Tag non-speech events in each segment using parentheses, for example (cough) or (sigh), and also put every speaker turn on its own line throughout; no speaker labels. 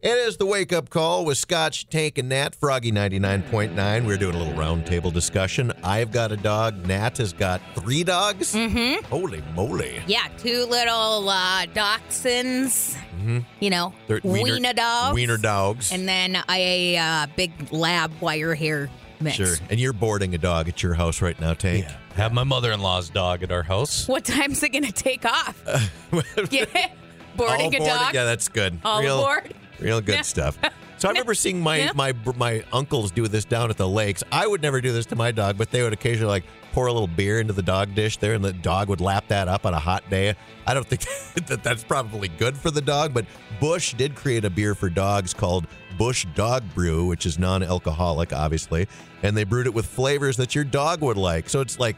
It is the wake up call with Scotch, Tank, and Nat, Froggy 99.9. We're doing a little roundtable discussion. I've got a dog. Nat has got three dogs.
Mm-hmm.
Holy moly.
Yeah, two little uh, dachshunds.
Mhm.
You know,
They're
wiener, dogs.
Wiener dogs.
And then a uh, big lab wire hair mix.
sure. And you're boarding a dog at your house right now, Tank. (laughs)
Yeah. Have my mother in law's dog at our house.
What time's it going to
(laughs)
take off? Yeah.
All
Boarding a
aboard-
dog?
Yeah, that's good.
All
real,
aboard?
Real good stuff. So I remember seeing my,
Yeah.
my my uncles do this down at the lakes. I would never do this to my dog, but they would occasionally like pour a little beer into the dog dish there, and the dog would lap that up on a hot day. I don't think (laughs) that that's probably good for the dog, but Bush did create a beer for dogs called Bush Dog Brew, which is non-alcoholic, obviously, and they brewed it with flavors that your dog would like. So it's like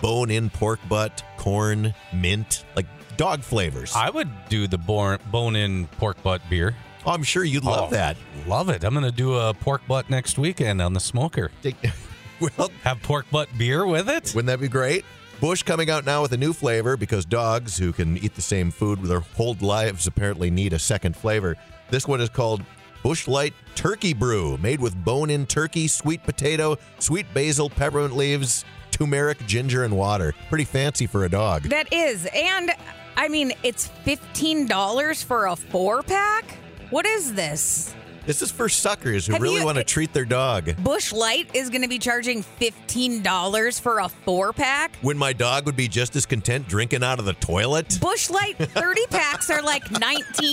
bone-in pork butt, corn, mint, like dog flavors.
I would do the born, bone-in pork butt beer.
Oh, I'm sure you'd love
Oh,
that.
Love it. I'm going to do a pork butt next weekend on the smoker.
(laughs) well,
Have pork butt beer with it.
wouldn't that be great? Bush coming out now with a new flavor because dogs who can eat the same food their whole lives apparently need a second flavor. This one is called Bush Light Turkey Brew, made with bone in turkey, sweet potato, sweet basil, peppermint leaves, turmeric, ginger, and water. Pretty fancy for a dog.
That is. And I mean, it's $15 for a four pack? What is this?
This is for suckers who
Have
really
you-
want to treat their dog.
Bush Light is going to be charging $15 for a four pack?
When my dog would be just as content drinking out of the
(laughs)
toilet. (laughs)
Bush Light 30 packs are like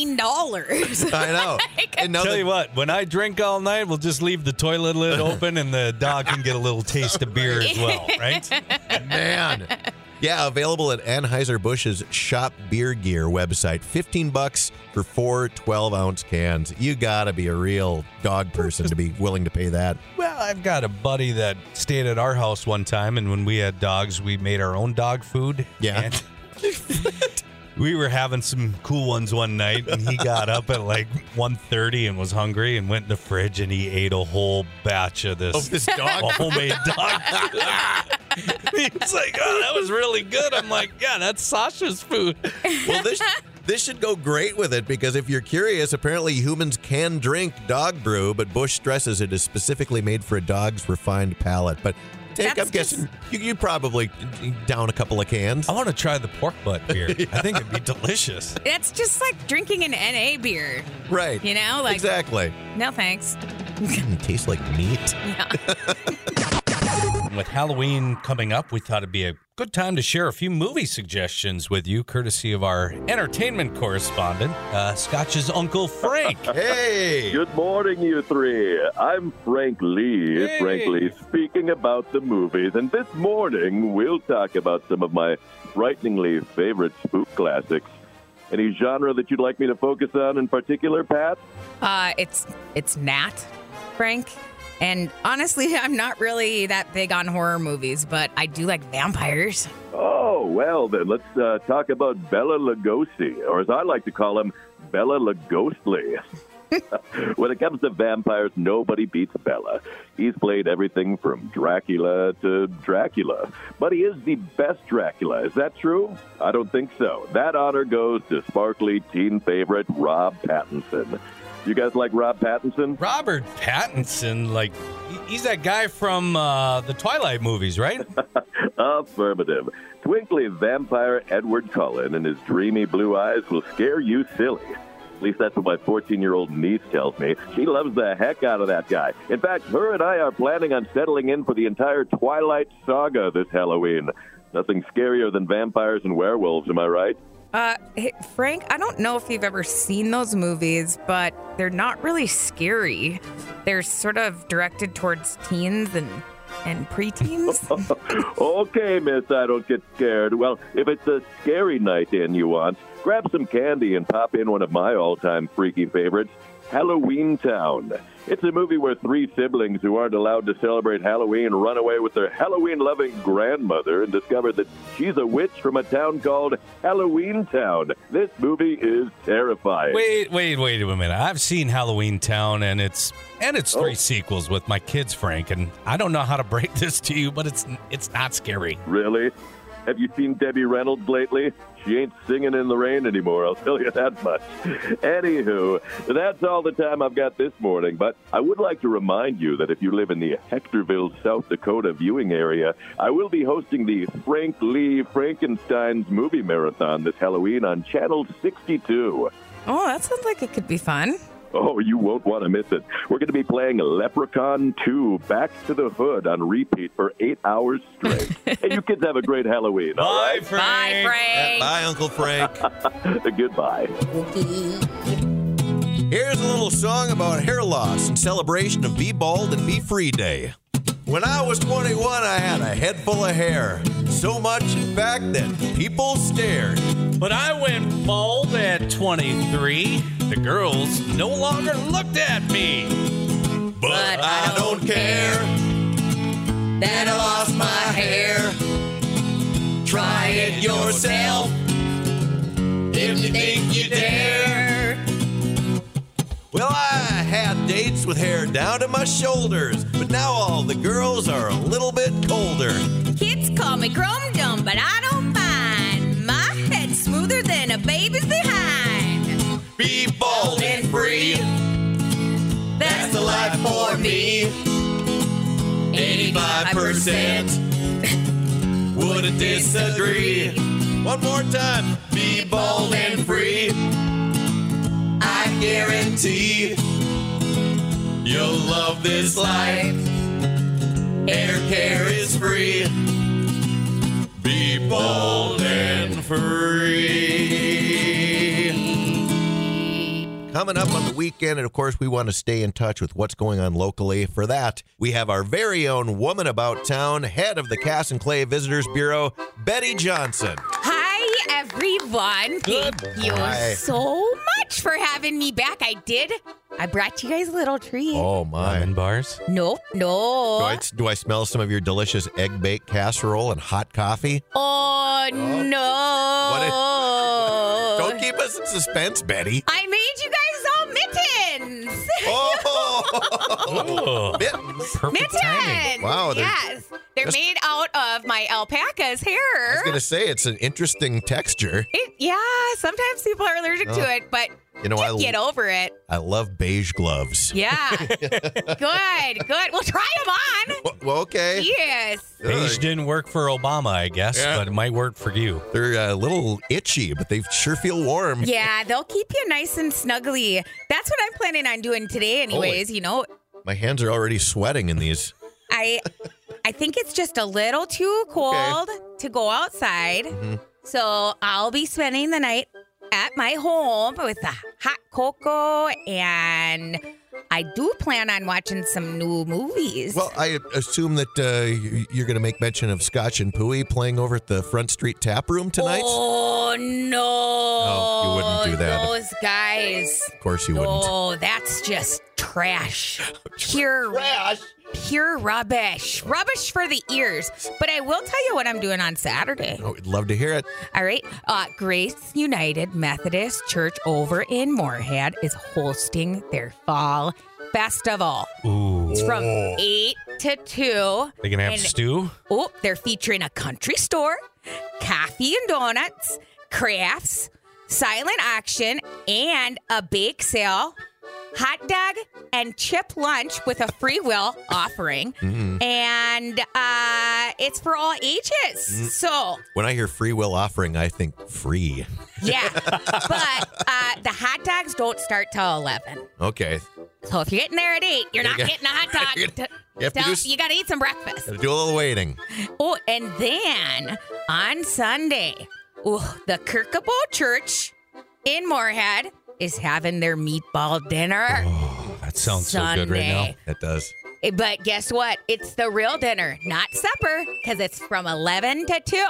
$19.
I know. And now
Tell
the-
you what, when I drink all night, we'll just leave the toilet (laughs) lid open and the dog can get a little taste of beer as well, right? (laughs)
Man. Yeah, available at Anheuser-Busch's Shop Beer Gear website. 15 bucks for four 12-ounce cans. You got to be a real dog person to be
(laughs)
willing to pay that.
Well, I've got a buddy that stayed at our house one time, and when we had dogs, we made our own dog food.
Yeah.
And (laughs) we were having some cool ones one night, and he got up at like 1.30 and was hungry and went in the fridge and he ate a whole batch of this,
Of this dog?
(laughs) a homemade dog. (laughs) he was like, "Oh, that was really good." I'm like, "Yeah, that's Sasha's food."
Well, this this should go great with it because if you're curious, apparently humans can drink dog brew, but Bush stresses it is specifically made for a dog's refined palate. But Tank,
That's
I'm guessing you, you probably down a couple of cans.
I
Oh.
want to try the pork butt (laughs) beer. I think it'd be delicious.
That's just like drinking an NA beer.
Right.
You know, like-
Exactly.
(laughs) No thanks.
Mm, tastes like meat.
With Halloween coming up, we thought it'd be a good time to share a few movie suggestions with you, courtesy of our entertainment correspondent, uh, Scotch's Uncle Frank.
Hey.
Good morning, you three. I'm Frank Lee.
Hey.
It's Frank Lee speaking about the movies, and this morning we'll talk about some of my frighteningly favorite spook classics. Any genre that you'd like me to focus on in particular, Pat?
Uh, it's it's Nat, Frank. And honestly, (laughs) I'm not really that big on horror movies, but I do like vampires.
Oh, well, then let's uh, talk about Bella Lugosi, or as I like to call him, Bella Lugosely. (laughs) when it comes to vampires, nobody beats Bella. He's played everything from Dracula to Dracula, but he is the best Dracula. Is that true? I don't think so. That honor goes to sparkly teen favorite Rob Pattinson. You guys like Rob Pattinson?
Robert Pattinson, like, he- he's that guy from uh, the Twilight movies, right?
Affirmative. Twinkly vampire Edward Cullen and his dreamy blue eyes will scare you silly. At least that's what my 14 year old niece tells me. She loves the heck out of that guy. In fact, her and I are planning on settling in for the entire Twilight saga this Halloween. Nothing scarier than vampires and werewolves, am I right?
Uh, hey, Frank, I don't know if you've ever seen those movies, but they're not really scary. They're sort of directed towards teens and and preteens.
okay, miss, I don't get scared. Well, if it's a scary night in you want, grab some candy and pop in one of my all time freaky favorites, Halloween Town. It's a movie where three siblings who aren't allowed to celebrate Halloween run away with their Halloween loving grandmother and discover that she's a witch from a town called Halloween Town. This movie is terrifying.
Wait, wait, wait a minute. I've seen Halloween Town, and it's and it's three
Oh.
sequels with my kids, Frank. And I don't know how to (laughs) break this to you, but it's it's not scary.
Really? Have you seen Debbie Reynolds lately? she ain't singing in the rain anymore, I'll tell you (laughs) that much. Anywho, that's all the time I've got this morning, but I would like to remind you that if you live in the Hectorville, South Dakota viewing area, I will be hosting the Frank Lee Frankenstein's Movie Marathon this Halloween on Channel 62.
Oh, that sounds like it could be fun.
Oh, you won't want to miss it. We're going to be playing Leprechaun 2 Back to the Hood on repeat for eight hours straight. hey, you kids have a great Halloween. all
Bye, Frank.
Bye, Frank.
Bye, Uncle Frank.
right? (laughs) Goodbye.
Here's a little song about hair loss in celebration of Be Bald and Be Free Day. When I was 21, I had a head full of hair. So much, in fact, that people stared.
But I went bald at 23. The girls no longer looked at me.
But,
I don't care
Then I lost my hair. Try it yourself if you think you dare. Well, I had dates with hair down to my shoulders, but now all the girls are a little bit colder.
Kids call me chrome dumb, but I don't mind. My head's smoother than a baby's behind.
Be bald and free. That's the life for me. 85% wouldn't disagree. One more time. Be bald and free. I guarantee you'll love this life. Hair care is free. Be bald and free. Coming up on the weekend, and of course, we want to stay in touch with what's going on locally. For that, we have our very own woman about town, head of the Cass and Clay Visitors Bureau, Betty Johnson.
Hi, everyone. Thank you
Hi.
so much for having me back. I did. I brought you guys a little treat.
Oh my!
Lemon bars.
No, no.
Do I, do I smell some of your delicious egg baked casserole and hot coffee?
Oh, no.
(laughs) Don't keep us in suspense, Betty.
I made you guys all mittens.
Oh, (laughs)
Oh,
Bit-
perfect timing.
Mittens.
Wow, they're-
Yes. They're
That's-
made out of my alpaca's
I was
hair.
gonna say it's an interesting texture.
It- yeah, sometimes people are allergic
Oh.
to it, but
You know, I
get over it.
I love beige gloves. (laughs)
Yeah. good, good. Well, try them on.
Well, okay,
Yes.
Beige didn't work for Obama, I guess,
Yeah.
but it might work for you.
they're a little itchy, but they sure feel warm.
Yeah, they'll keep you nice and snuggly. That's what I'm planning on doing today, anyways. You know,
My hands are already sweating in these.
I I think it's just a little too cold to go outside.
Mhm.
So I'll be spending the night at my home with a hot cocoa and I do plan on watching some new movies.
Well, I assume that uh, y- you're going to make mention of Scotch and Pooey playing over at the Front Street Tap Room tonight.
Oh no.
No, you wouldn't do that.
Those guys.
Of course, you wouldn't.
Oh, that's just
(laughs)
trash. Pure
Trash.
Pure rubbish. Rubbish for the ears. But I will tell you what I'm doing on Saturday.
Oh, I'd love to hear it.
All right. Uh, Grace United Methodist Church over in Moorhead is hosting their fall festival.
Ooh.
It's from
Oh.
8 to 2.
They gonna have
And-
stew?
Oh, they're featuring a country store, coffee and donuts, crafts, silent auction, and a bake sale, hot dog and chip lunch with a free will offering. And uh, it's for all ages. So,
When I hear free will offering, I think free.
yeah. but uh, the hot dogs don't start till 11.
Okay.
So if you're getting there at 8, you're not
got-
getting a hot
(laughs)
dog.
You have to
Tell-
do s-
you got to eat some breakfast.
Gotta do a little waiting.
Oh, and then on Sunday, oh, the Kirkabo Church in Moorhead is having their meatball dinner.
Oh, that sounds so good right now.
Sunday.
That does.
Eh, But guess what? It's the real dinner, not supper, because it's from 11 to 2.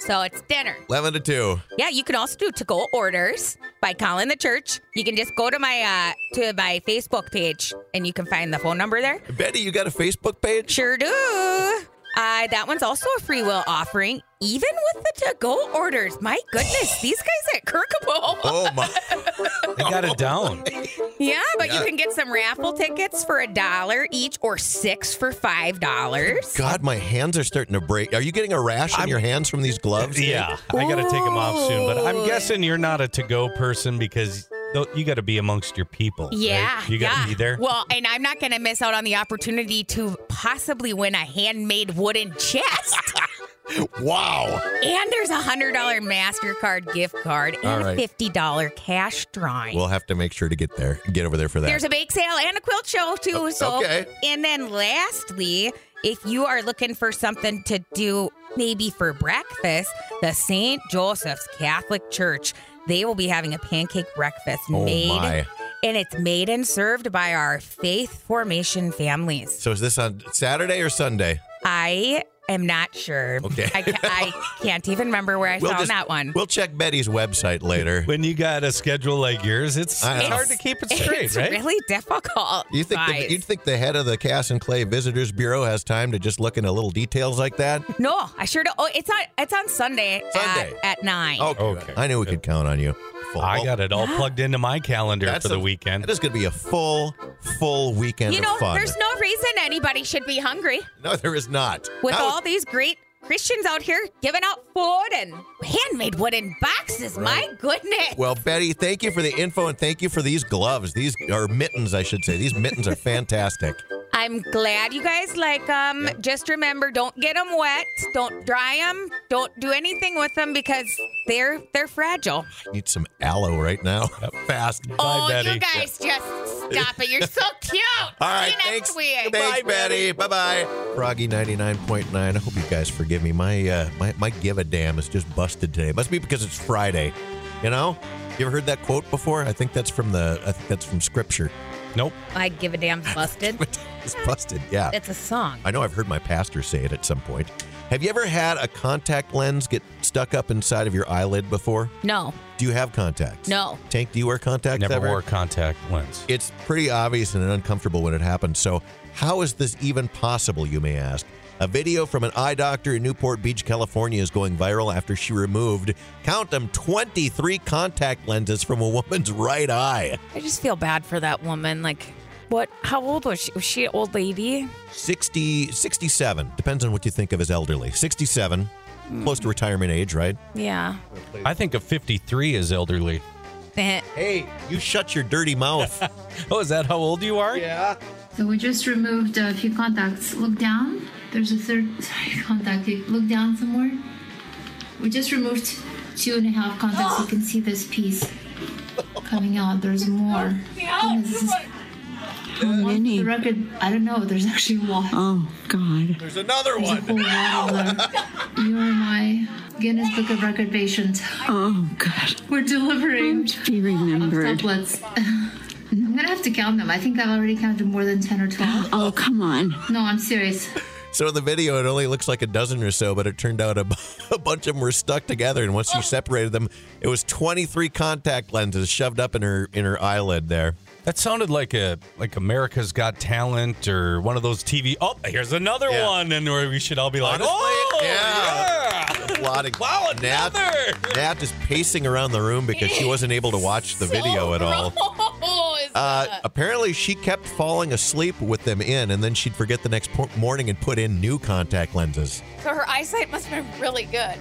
So it's dinner.
11 to 2.
Yeah, you can also do to-go orders by calling the church. You can just go to my uh, to my Facebook page and you can find the phone number there.
Betty, you got a Facebook page?
Sure do. Uh, that one's also a free will offering, even with the to go orders. My goodness, these guys at Kirkabo.
(laughs)
Oh
(laughs)
my!
They got it down.
Yeah, but you
Yeah.
can get some raffle tickets for a dollar each or six for five dollars.
God, my hands are starting to break. Are you getting a rash on your hands from these gloves?
Yeah, I got to take them off soon. But I'm guessing you're not a to go person because tho- you got to be amongst your people. right?
Yeah.
You got to
yeah.
be there.
Well, and I'm not going to miss out on the opportunity to possibly win a handmade wooden chest.
Wow.
and there's a $100 MasterCard gift card
All
and
right.
a $50 cash drawing.
We'll have to make sure to get there, get over there for that.
There's a bake sale and a quilt show too. So,
okay.
and then lastly, if you are looking for something to do maybe for breakfast, the St. Joseph's Catholic Church, they will be having a pancake breakfast
Oh,
made
my.
and it's made and served by our faith formation families.
so is this on Saturday or Sunday?
I am not sure.
Okay.
I, ca-
(laughs)
I can't even remember where I found that one.
We'll check Betty's website
(laughs)
later.
When you got a schedule like yours, it's,
I
it's
know.
hard to keep it
(laughs)
straight,
it's
right?
really difficult.
You think
guys.
the, (laughs) you think the head of the Cass and Clay Visitors Bureau has time to just look into little details like
(laughs)
that?
No, I sure don't. Oh, it's on. It's on Sunday, at-
Sunday. Oh,
At, nine.
Okay.
I knew we could count on you. Full-
I got it all plugged into my calendar
That's
for the
a-
weekend.
That is going to be a full, full weekend
You know,
of fun.
there's no reason anybody should be hungry
no, there is not.
with
Now-
all these great Christians out here giving out food and handmade wooden boxes. My goodness.
Well, Betty, thank you for the info and thank you for these gloves. These are mittens, I should say. These mittens are fantastic.
I'm glad you guys like them. Just remember, don't get them wet. Don't dry them. Don't do anything with them because they're they're fragile.
Need some aloe right now. (laughs) Fast.
oh,
Betty.
you guys just stop it. You're so cute.
All right,
See you next
thanks.
week.
Thanks, Betty. Bye bye. Froggy 99.9. I hope you guys forgive me. My, uh, my my give a damn is just busted today. Must be because it's Friday. You know? You ever heard that quote before? I think that's from the I think that's from scripture. (laughs)
Nope.
I give a damn busted.
It's busted, yeah.
That's a song.
I know I've heard my pastor say it at some point. Have you ever had a contact lens get stuck up inside of your eyelid before?
No,
Do you have contacts?
no.
Tank, do you wear contacts
Never
ever?
wore contact lens.
It's pretty obvious and uncomfortable when it happens. So, how is this even possible, you may ask? A video from an eye doctor in Newport Beach, California is going viral after she removed, count them, 23 contact lenses from a woman's (laughs) right eye.
I just feel bad for that woman. Like, what? How old was she? Was she an old lady?
60, 67, depends on what you think of as elderly. 67, close to retirement age, right?
Yeah.
I think a 53 is elderly.
Hey, you shut your dirty mouth.
Oh, is that how old you are? Yeah.
So we just removed a few contacts. Look down. There's a third (laughs) sorry, contact. Look down some more. We just removed two and a half contacts. You can see this piece coming out. There's more. Goodness, this is-
many?
The record, I don't know. There's actually a lot.
Oh,
(laughs) (laughs)
God.
There's another
There's a whole lot of them. You are my Guinness Book of Record patient.
Oh, God.
We're delivering
Be remembered.
tablets. (laughs) I'm gonna have to count them. I think I've already counted more than ten or twelve.
Oh, come on.
No, I'm serious.
So in the video, it only looks like a dozen or so, but it turned out a, bu- (laughs) a bunch of them were stuck together. And once you separated them, it was 23 contact lenses shoved up in her in her eyelid there.
That sounded like a like America's Got Talent or one of those TV. Oh, here's another
Yeah.
one, and where we should all be like,
Honestly,
oh,
yeah. (laughs)
yeah.
Applauding.
Wow, another.
Nat is pacing around the room because she wasn't able to watch the video at
(laughs)
all. Uh, apparently, she kept falling asleep with them in, and then she'd forget the next po- morning and put in new contact lenses.
So her eyesight must have been really good.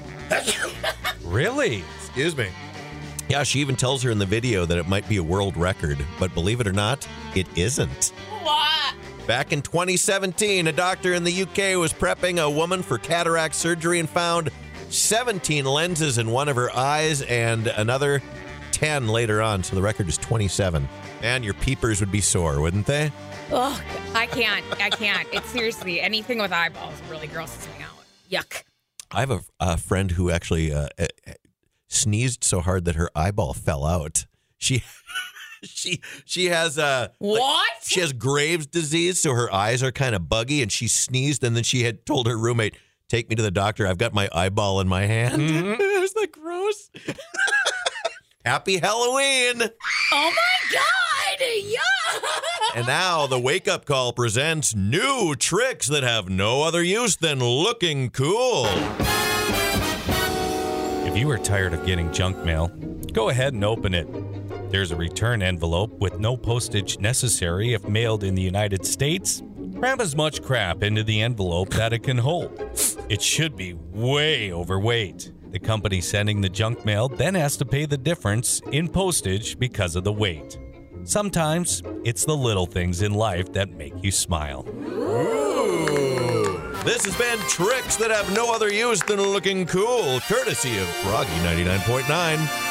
Really?
Excuse me. Yeah, she even tells her in the video that it might be a world record, but believe it or not, it isn't.
What?
Back in 2017, a doctor in the UK was prepping a woman for cataract surgery and found 17 lenses in one of her eyes and another 10 later on. So the record is 27. Man, your peepers would be sore, wouldn't they?
Oh, I can't. I can't. It's seriously anything with eyeballs really grosses me out. Yuck.
I have a, a friend who actually uh, uh, sneezed so hard that her eyeball fell out. She (laughs) she she has a
(laughs) What?
she has Graves' disease, so her eyes are kind of buggy, and she sneezed, and then she had told her roommate, "Take me to the doctor. I've got my eyeball in my hand." (laughs) Isn't that gross? (laughs) Happy Halloween!
Oh my God! Yuck!
And now the wake up call presents new tricks that have no other use than looking cool.
If you are tired of getting junk mail, go ahead and open it. There's a return envelope with no postage necessary if mailed in the United States. Cram as much crap into the envelope that it can hold. It should be way overweight. The company sending the junk mail then has to pay the difference in postage because of the weight. Sometimes it's the little things in life that make you smile.
This has been tricks that have no other use than looking cool, courtesy of Froggy 99.9.